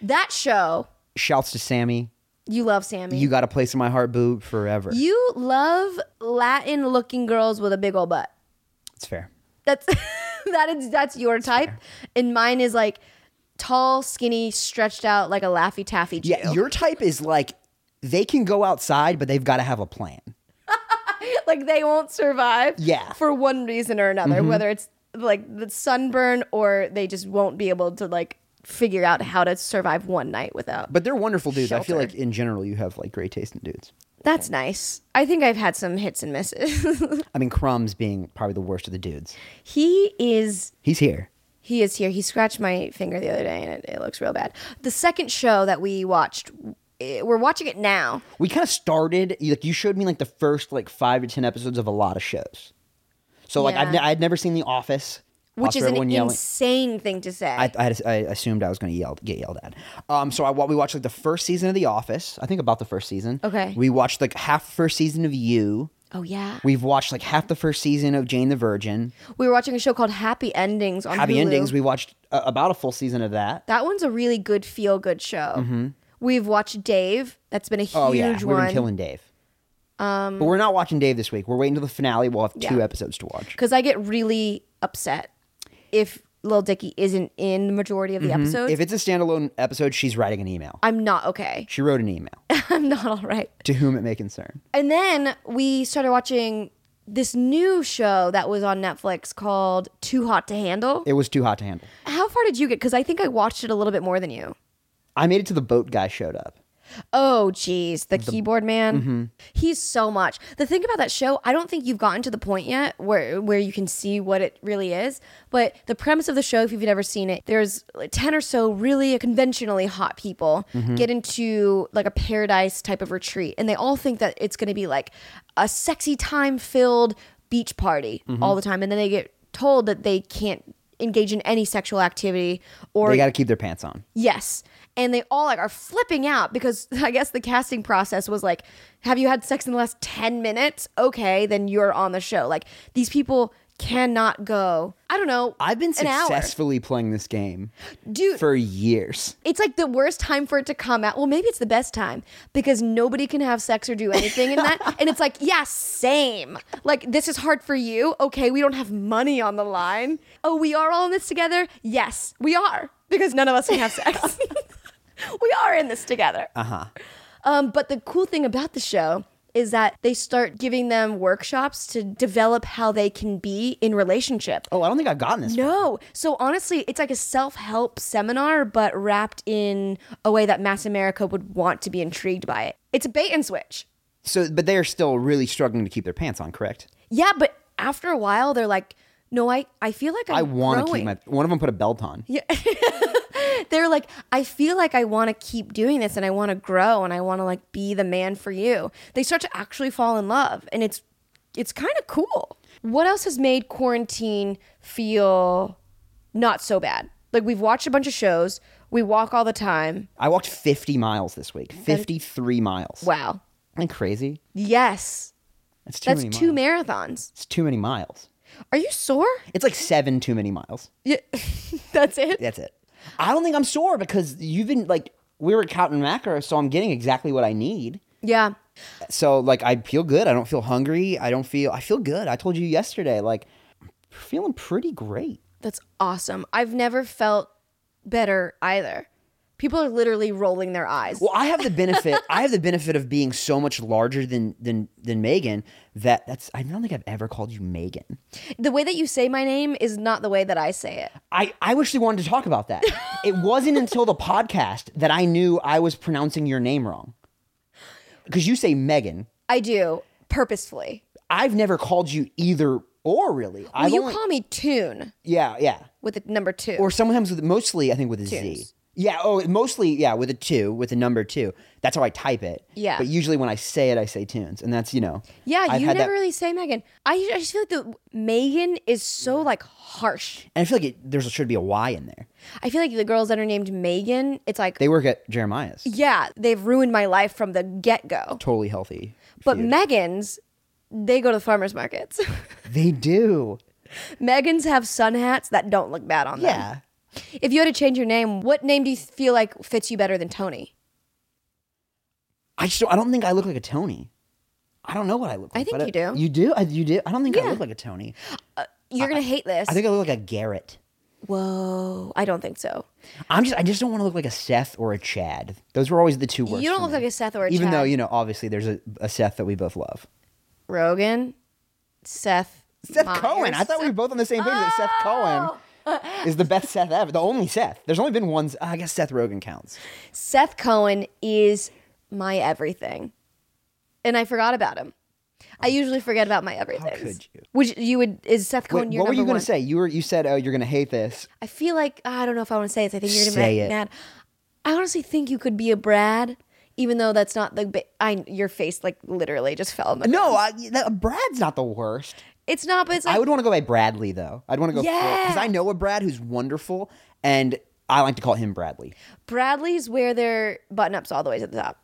that show.
Shouts to Sammy.
You love Sammy.
You got a place in my heart, boo, forever.
you love Latin looking girls with a big old butt.
it's fair.
That's that is that's your type, and mine is like tall, skinny, stretched out like a laffy taffy. Jew.
Yeah, your type is like they can go outside, but they've got to have a plan.
like they won't survive.
Yeah. Mm-hmm.
for one reason or another, whether it's like the sunburn or they just won't be able to like figure out how to survive one night without.
But they're wonderful dudes. I feel
Shelter.
like in general you have like great taste in dudes.
That's nice. I think I've had some hits and misses.
I mean, Crumbs being probably the worst of the dudes.
he is
He's here.
He is here. He scratched my finger the other day, and it, it looks real bad. The second show that we watched, eh, we're watching it now.
We kind of started you- like you showed me like the first like five to ten episodes of a lot of shows. So like I've
Yeah.
ne- I'd never seen The Office,
which
Oscar,
is an
everyone yelling.
insane thing to say.
I, I, had, I assumed I was going to yell, get yelled at. Um, so I wa- we watched like the first season of The Office. I think about the first season.
Okay.
We watched like half the first season of You.
oh yeah, we,
We've watched like half the first season of Jane the Virgin.
were watching a show called Happy Endings on
Happy
Hulu.
Endings. We watched uh, about a full season of that.
that one's a really good feel good show. We've watched Dave. That's been a huge
Mm-hmm. Oh yeah, we've
one.
been killing Dave. Um, but we're not watching Dave this week. We're waiting till the finale. We'll have two
Yeah.
episodes to watch.
because I get really upset if Lil Dicky isn't in the majority of the episodes.
Mm-hmm. If it's a standalone episode, she's writing an email.
I'm not okay.
She wrote an email
I'm not all right.
to whom it may concern.
And then we started watching this new show that was on Netflix called Too Hot to Handle.
It was too hot to handle.
How far did you get? Because I think I watched it a little bit more than you.
I made it to the boat guy showed up.
Oh, geez, the, keyboard man. He's so much. The thing about that show, I don't think you've gotten to the point yet where where you can see what it really is. But the premise of the show, if you've never seen it, there's like ten or so really conventionally hot people get into like a paradise type of retreat, and they all think that it's going to be like a sexy time filled beach party all the time, and then they get told that they can't engage in any sexual activity or
They got to keep their pants on.
Yes. And they all like are flipping out because I guess the casting process was like, have you had sex in the last 10 minutes? Okay, then you're on the show. Like these people cannot go. I don't know.
I've been
an hour.
successfully playing this game
Dude,
for years.
it's like the worst time for it to come out. Well, maybe it's the best time because nobody can have sex or do anything in that. and it's like, yeah, same. Like, this is hard for you. Okay, we don't have money on the line. Oh, we are all in this together? Yes, we are because none of us can have sex. we are in this together. Uh huh. Um, but the cool thing about the show is that they start giving them workshops to develop how they can be in relationship.
Oh, I don't think I've gotten this. far.
No. So honestly, it's like a self help seminar, but wrapped in a way that Mass America would want to be intrigued by it. It's a bait and switch.
So, but they're still really struggling to keep their pants on, correct?
Yeah, but after a while, they're like, no, I, I feel like I'm
I want to
growing."
keep my. One of them put a belt on.
They're like, I feel like I want to keep doing this and I want to grow and I want to like be the man for you. They start to actually fall in love and it's it's kind of cool. What else has made quarantine feel not so bad? Like we've watched a bunch of shows, we walk all the time.
I walked 50 miles this week. 53 miles.
Wow.
Isn't that crazy?
Yes.
That's too
That's
many
two
miles.
marathons.
it's too many miles.
Are you sore?
It's like seven too many miles.
Yeah. That's it.
That's it. I don't think I'm sore because you've been like we were at Cotton Macro, so I'm getting exactly what I need.
Yeah.
So like I feel good. I don't feel hungry. I don't feel I feel good. I told you yesterday, like I'm feeling pretty great.
That's awesome. I've never felt better either. People are literally rolling their eyes.
Well, I have the benefit. I have the benefit of being so much larger than than than Megan that that's I don't think I've ever called you Megan.
the way that you say my name is not the way that I say it.
I, I wish they wanted to talk about that. it wasn't until the podcast that I knew I was pronouncing your name wrong. Because you say Megan.
I do purposefully.
I've never called you either or really.
Well,
I've
you
only-
call me Tune
yeah, yeah.
with a number two.
Or sometimes with mostly I think with a Z.
Twos.
Yeah, oh mostly yeah, with a two, with a number two. That's how I type it.
Yeah.
But usually when I say it, I say tunes. And that's, you know.
yeah,
I've
you
had
never
that-
really say Megan. I, I just feel like the Megan is so like harsh.
And I feel like it, there should be a Y in there.
I feel like the girls that are named Megan, it's like,
They work at Jeremiah's.
yeah, they've ruined my life from the get go.
Totally healthy.
But Megan's, they go to the farmers markets.
They do.
Megan's have sun hats that don't look bad on them.
Yeah.
If you had to change your name, what name do you feel like fits you better than Tony?
I just don't, I don't think I look like a Tony. I don't know what I look
I
like.
think
but
you do.
You do? I, you do? I don't think I look like a Tony.
You're gonna hate this.
I think I look like a Garrett.
Whoa, I don't think so.
I'm just I just don't want to look like a Seth or a Chad. Those were always the two worst.
You don't
for
look
me.
like a Seth or a
Even though,
Chad.
you know, obviously there's a, a Seth that we both love.
Rogan, Seth,
Seth
Meyers. Oh!
Cohen. I thought we were both on the same page that Seth Cohen is the best Seth ever. The only Seth. There's only been one I guess Seth Rogen counts.
Seth Cohen is my everything, and I forgot about him. I usually forget about my everything.
Oh. could you?
Which you would is Seth
Wait,
Cohen your
what were
number
you gonna
one?
say? You were you said, Oh, you're gonna hate this.
I feel like ah, I don't know if I want to say this. I think you're gonna
Say
be
it.
mad. I honestly think you could be a Brad, even though that's not the. Ba- I your face like literally just fell. On the
No, I, that, Brad's not the worst.
it's not. But it's like
I would want to go by Bradley though. I'd want to go because
Yeah.
I know a Brad who's wonderful, and I like to call him Bradley.
Bradley's wear their button ups all the way to the top.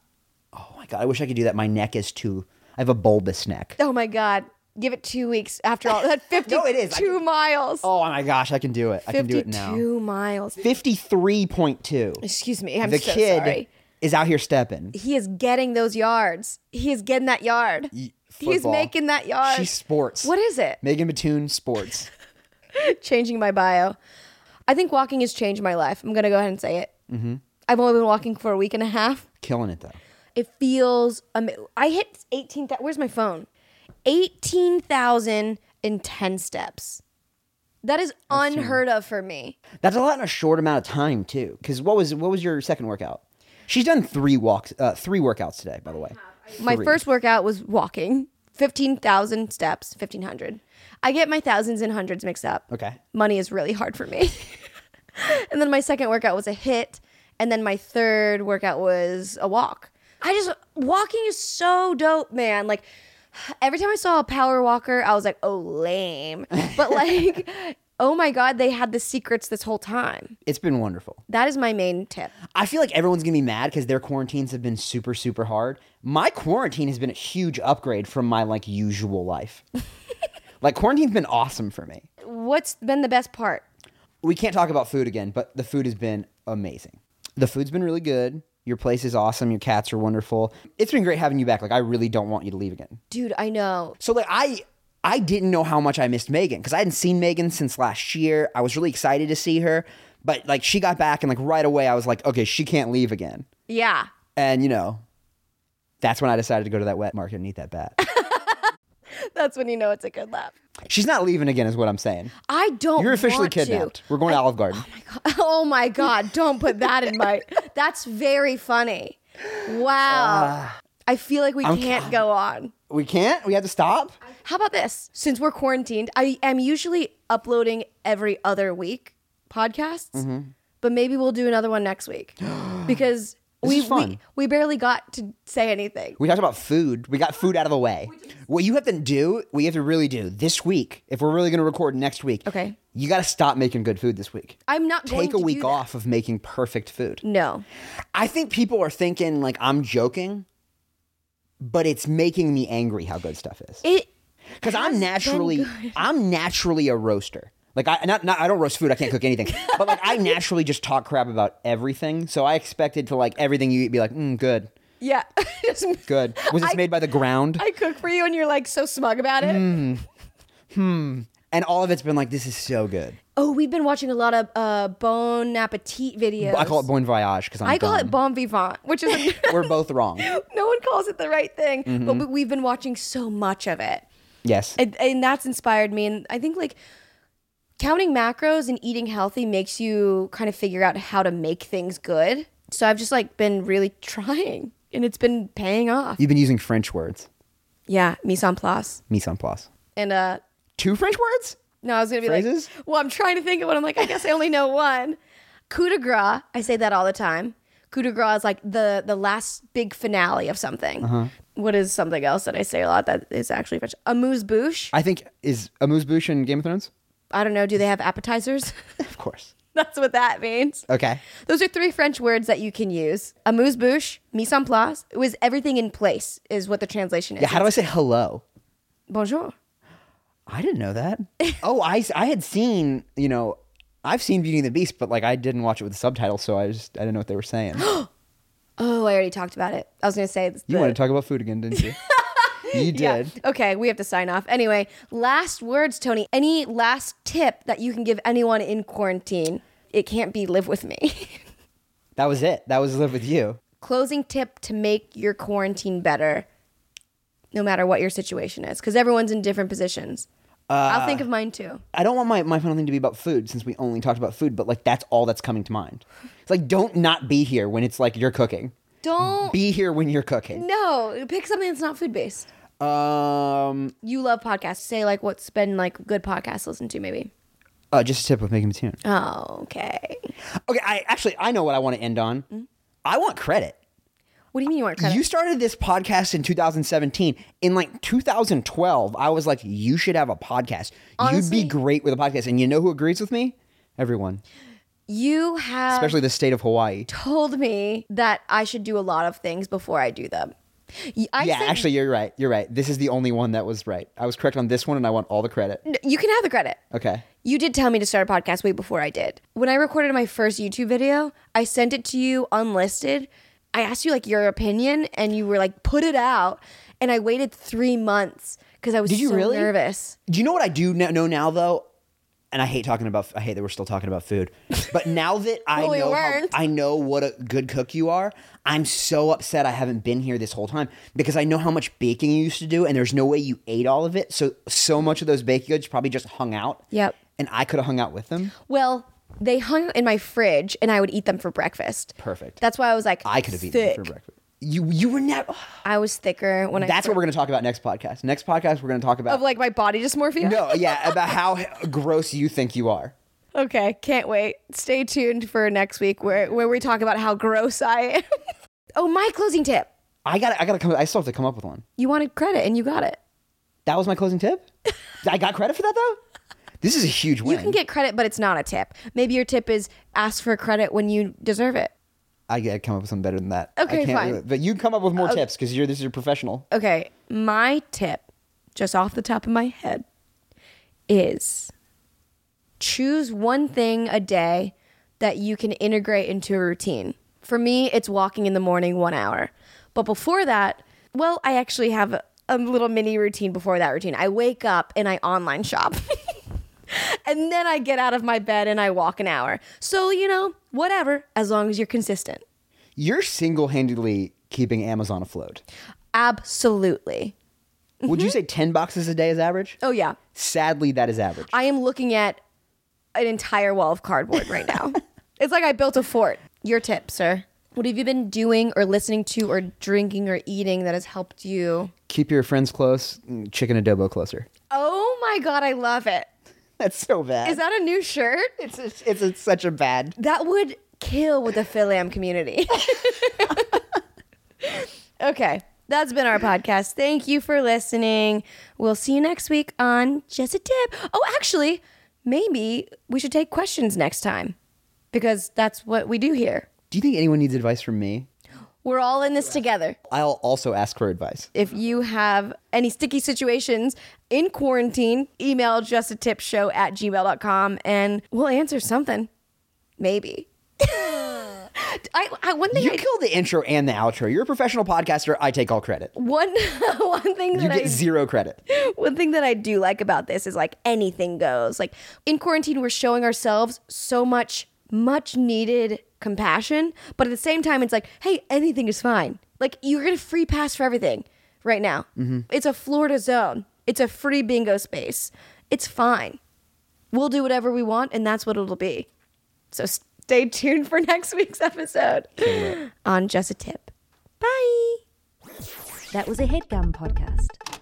Oh my god, I wish I could do that. My neck is too. I have a bulbous neck.
Oh my god! Give it two weeks after all that fifty-two
No, it is. I can-
miles.
Oh my gosh, I can do it. I can do it now.
Fifty-two miles.
Fifty-three point two.
Excuse me. I'm
The
so
kid
sorry.
is out here stepping.
He is getting those yards. He is getting that yard. He's
football.
making that yard.
She sports.
What is it?
Megan Mattoon sports.
Changing my bio. I think walking has changed my life. I'm gonna go ahead and say it. Mm-hmm. I've only been walking for a week and a half.
Killing it though.
It feels. Am- I hit eighteen. thou- Where's my phone? Eighteen thousand and ten steps. That is unheard of for me.
That's a lot in a short amount of time too. Because what was what was your second workout? She's done three walks, uh, three workouts today, by the way.
My
Three.
first workout was walking, 15,000 steps, 1,500. I get my thousands and hundreds mixed up.
Okay.
Money is really hard for me. and then my second workout was a hit. And then my third workout was a walk. I just, walking is so dope, man. Like, every time I saw a power walker, I was like, oh, lame. But like, oh my God, they had the secrets this whole time.
It's been wonderful.
That is my main tip.
I feel like everyone's gonna be mad because their quarantines have been super, super hard. My quarantine has been a huge upgrade from my like usual life. like quarantine's been awesome for me.
What's been the best part?
We can't talk about food again, but the food has been amazing. The food's been really good. Your place is awesome. Your cats are wonderful. It's been great having you back. Like I really don't want you to leave again.
Dude, I know.
So like I I didn't know how much I missed Megan because I hadn't seen Megan since last year. I was really excited to see her, but like she got back and like right away I was like, okay, she can't leave again.
Yeah.
And you know, that's when I decided to go to that wet market and eat that bat.
That's when you know it's a good laugh.
She's not leaving again, is what I'm saying.
I don't.
You're officially
want to.
kidnapped. We're going to Olive Garden.
Oh my god! Don't put that in my. That's very funny. Wow.
Ah.
I feel like we can't go on.
we can't. We have to stop.
How about this? Since we're quarantined, I am usually uploading every other week podcasts,
Mm-hmm.
but maybe we'll do another one next week because we,
is fun.
we we barely got to say anything.
We talked about food. We got food out of the way. What you have to do, we have to really do this week, if we're really going to record next week.
Okay.
You got to stop making good food this week.
I'm not going
Take
to
a
do
week
that.
off of making perfect food.
No.
I think people are thinking like I'm joking, but it's making me angry how good stuff is.
It.
because I'm
has been
naturally
good.
I'm naturally a roaster. Like I not, not I don't roast food. I can't cook anything. but like I naturally just talk crap about everything. So I expected to like everything you eat be like mm, good,
Yeah.
good. Was this
I-
made by the ground?
I cook for you, and you're like so smug about it.
and all of it's been like this is so good.
Oh, we've been watching a lot of uh, Bon Appetit videos.
I call it bon voyage because I'm.
I call
dumb.
it Bon Vivant, which is
We're Mm-hmm. both wrong.
no one calls it the right thing, but we- we've been watching so much of it,
Yes.
and, and that's inspired me. And I think like counting macros and eating healthy makes you kind of figure out how to make things good. So I've just like been really trying, and it's been paying off.
You've been using French words.
Yeah, mise en place,
Mise en place.
and uh,
Two French words.
No, I was gonna be
Phrases?
like, well, I'm trying to think of one. I'm like, I guess I only know one. Coup de grace. I say that all the time. Coup de grace is like the the last big finale of something.
Uh-huh.
What is something else that I say a lot that is actually French? Amuse bouche. I,
I think is amuse bouche in Game of Thrones.
don't know. Do they have appetizers?
Of course.
That's what that means.
Okay.
Those are three French words that you can use. Amuse bouche, mise en place. It was everything in place is what the translation is.
Yeah. How do I say hello?
Bonjour.
I didn't know that. oh, I, I had seen, you know, I've seen Beauty and the Beast, but like I didn't watch it with the subtitles, so I just I didn't know what they were saying.
Oh, I already talked about it. I was gonna say
you wanted to talk about food again, didn't you? you did.
Okay, we have to sign off. Anyway, last words, Tony. Any last tip that you can give anyone in quarantine? It can't be live with me.
That was it. That was live with you.
Closing tip to make your quarantine better, no matter what your situation is, because everyone's in different positions.
Uh,
I'll think of mine too.
I don't want my, my final thing to be about food since we only talked about food, but like that's all that's coming to mind. It's like don't not be here when it's like you're cooking.
Don't
Be here when you're cooking.
no pick something that's not food based.
Um
You love podcasts. Say like what's been like good podcasts to listen to maybe.
uh, just a tip with making a tune.
Oh, okay.
Okay, I actually I know what I want to end on. I want credit.
What do you mean you weren't Mm-hmm. credit?
You started this podcast in 2017. In like 2012, I was like, you should have a podcast.
Honestly-
You'd be great with a podcast. And you know who agrees with me? Everyone,
you have
especially the state of Hawaii.
told me that I should do a lot of things before I do them. Y- I
yeah,
said,
actually, you're right. You're right. This is the only one that was right. I was correct on this one, and I want all the credit.
you can have the credit.
Okay.
You did tell me to start a podcast way before I did. When I recorded my first YouTube video, I sent it to you unlisted. I asked you like your opinion, and you were like, "Put it out." And I waited three months because I was
Did you
so
really?
nervous.
Do you know what I do kn- know now, though? And I hate talking about. I hate that we're still talking about food. But now that I
Well, we
know, how-
weren't.
I know what a good cook you are. I'm so upset I haven't been here this whole time because I know how much baking you used to do, and there's no way you ate all of it. So so much of those baked goods probably just hung out.
Yep.
And I could have hung out with them.
Well, they hung in my fridge and I would eat them for breakfast.
Perfect.
That's why I was like,
I could have eaten them for
thick.
breakfast. You you were never.
I was thicker when I.
That's what we're gonna talk about next podcast. Next podcast we're gonna talk about
Of like my body dysmorphia?
no, yeah, about how gross you think you are.
Okay, can't wait. Stay tuned for next week where, where we talk about how gross I am. oh, my closing tip.
I got to I got to come. I still have to come up with one.
You wanted credit and you got it.
That was my closing tip. I got credit for that though. This is a huge win.
You can get credit, but it's not a tip. Maybe your tip is ask for credit when you deserve it.
I gotta come up with something better than that.
Okay,
I can't
fine. Uh,
really- but you can come up with more tips because you're this is your professional.
Okay, my tip, just off the top of my head, is choose one thing a day that you can integrate into a routine. For me, it's walking in the morning one hour. But before that, well, I actually have a, a little mini routine before that routine. I wake up and I online shop. and then I get out of my bed and I walk an hour. So, you know, whatever, as long as you're consistent.
You're single-handedly keeping Amazon afloat.
Absolutely.
Would
Mm-hmm.
you say ten boxes a day is average?
Oh, yeah.
Sadly, that is average.
I am looking at an entire wall of cardboard right now. it's like I built a fort. Your tip, sir. What have you been doing or listening to or drinking or eating that has helped you?
Keep your friends close, mm, chicken adobo closer.
Oh my God, I love it.
That's so bad.
Is that a new shirt?
it's, it's, it's it's such a bad.
That would kill with the Philam community. okay, that's been our podcast. Thank you for listening. We'll see you next week on Just a Tip. Oh, actually, maybe we should take questions next time because that's what we do here.
Do you think anyone needs advice from me?
We're all in this together.
I'll also ask for advice.
If you have any sticky situations in quarantine, email justatipshow at gmail.com and we'll answer something. Maybe. I, I, one thing
You
I,
kill the intro and the outro. You're a professional podcaster. I take all credit.
one one thing
You
that I
get zero credit.
one thing that I do like about this is like anything goes. Like in quarantine, we're showing ourselves so much much needed compassion, but at the same time, it's like, hey, anything is fine. Like you're gonna free pass for everything right now.
Mm-hmm.
It's a Florida zone. It's a free bingo space. It's fine. We'll do whatever we want, and that's what it'll be. So stay tuned for next week's episode on Just a Tip. Bye.
That was a headgum podcast.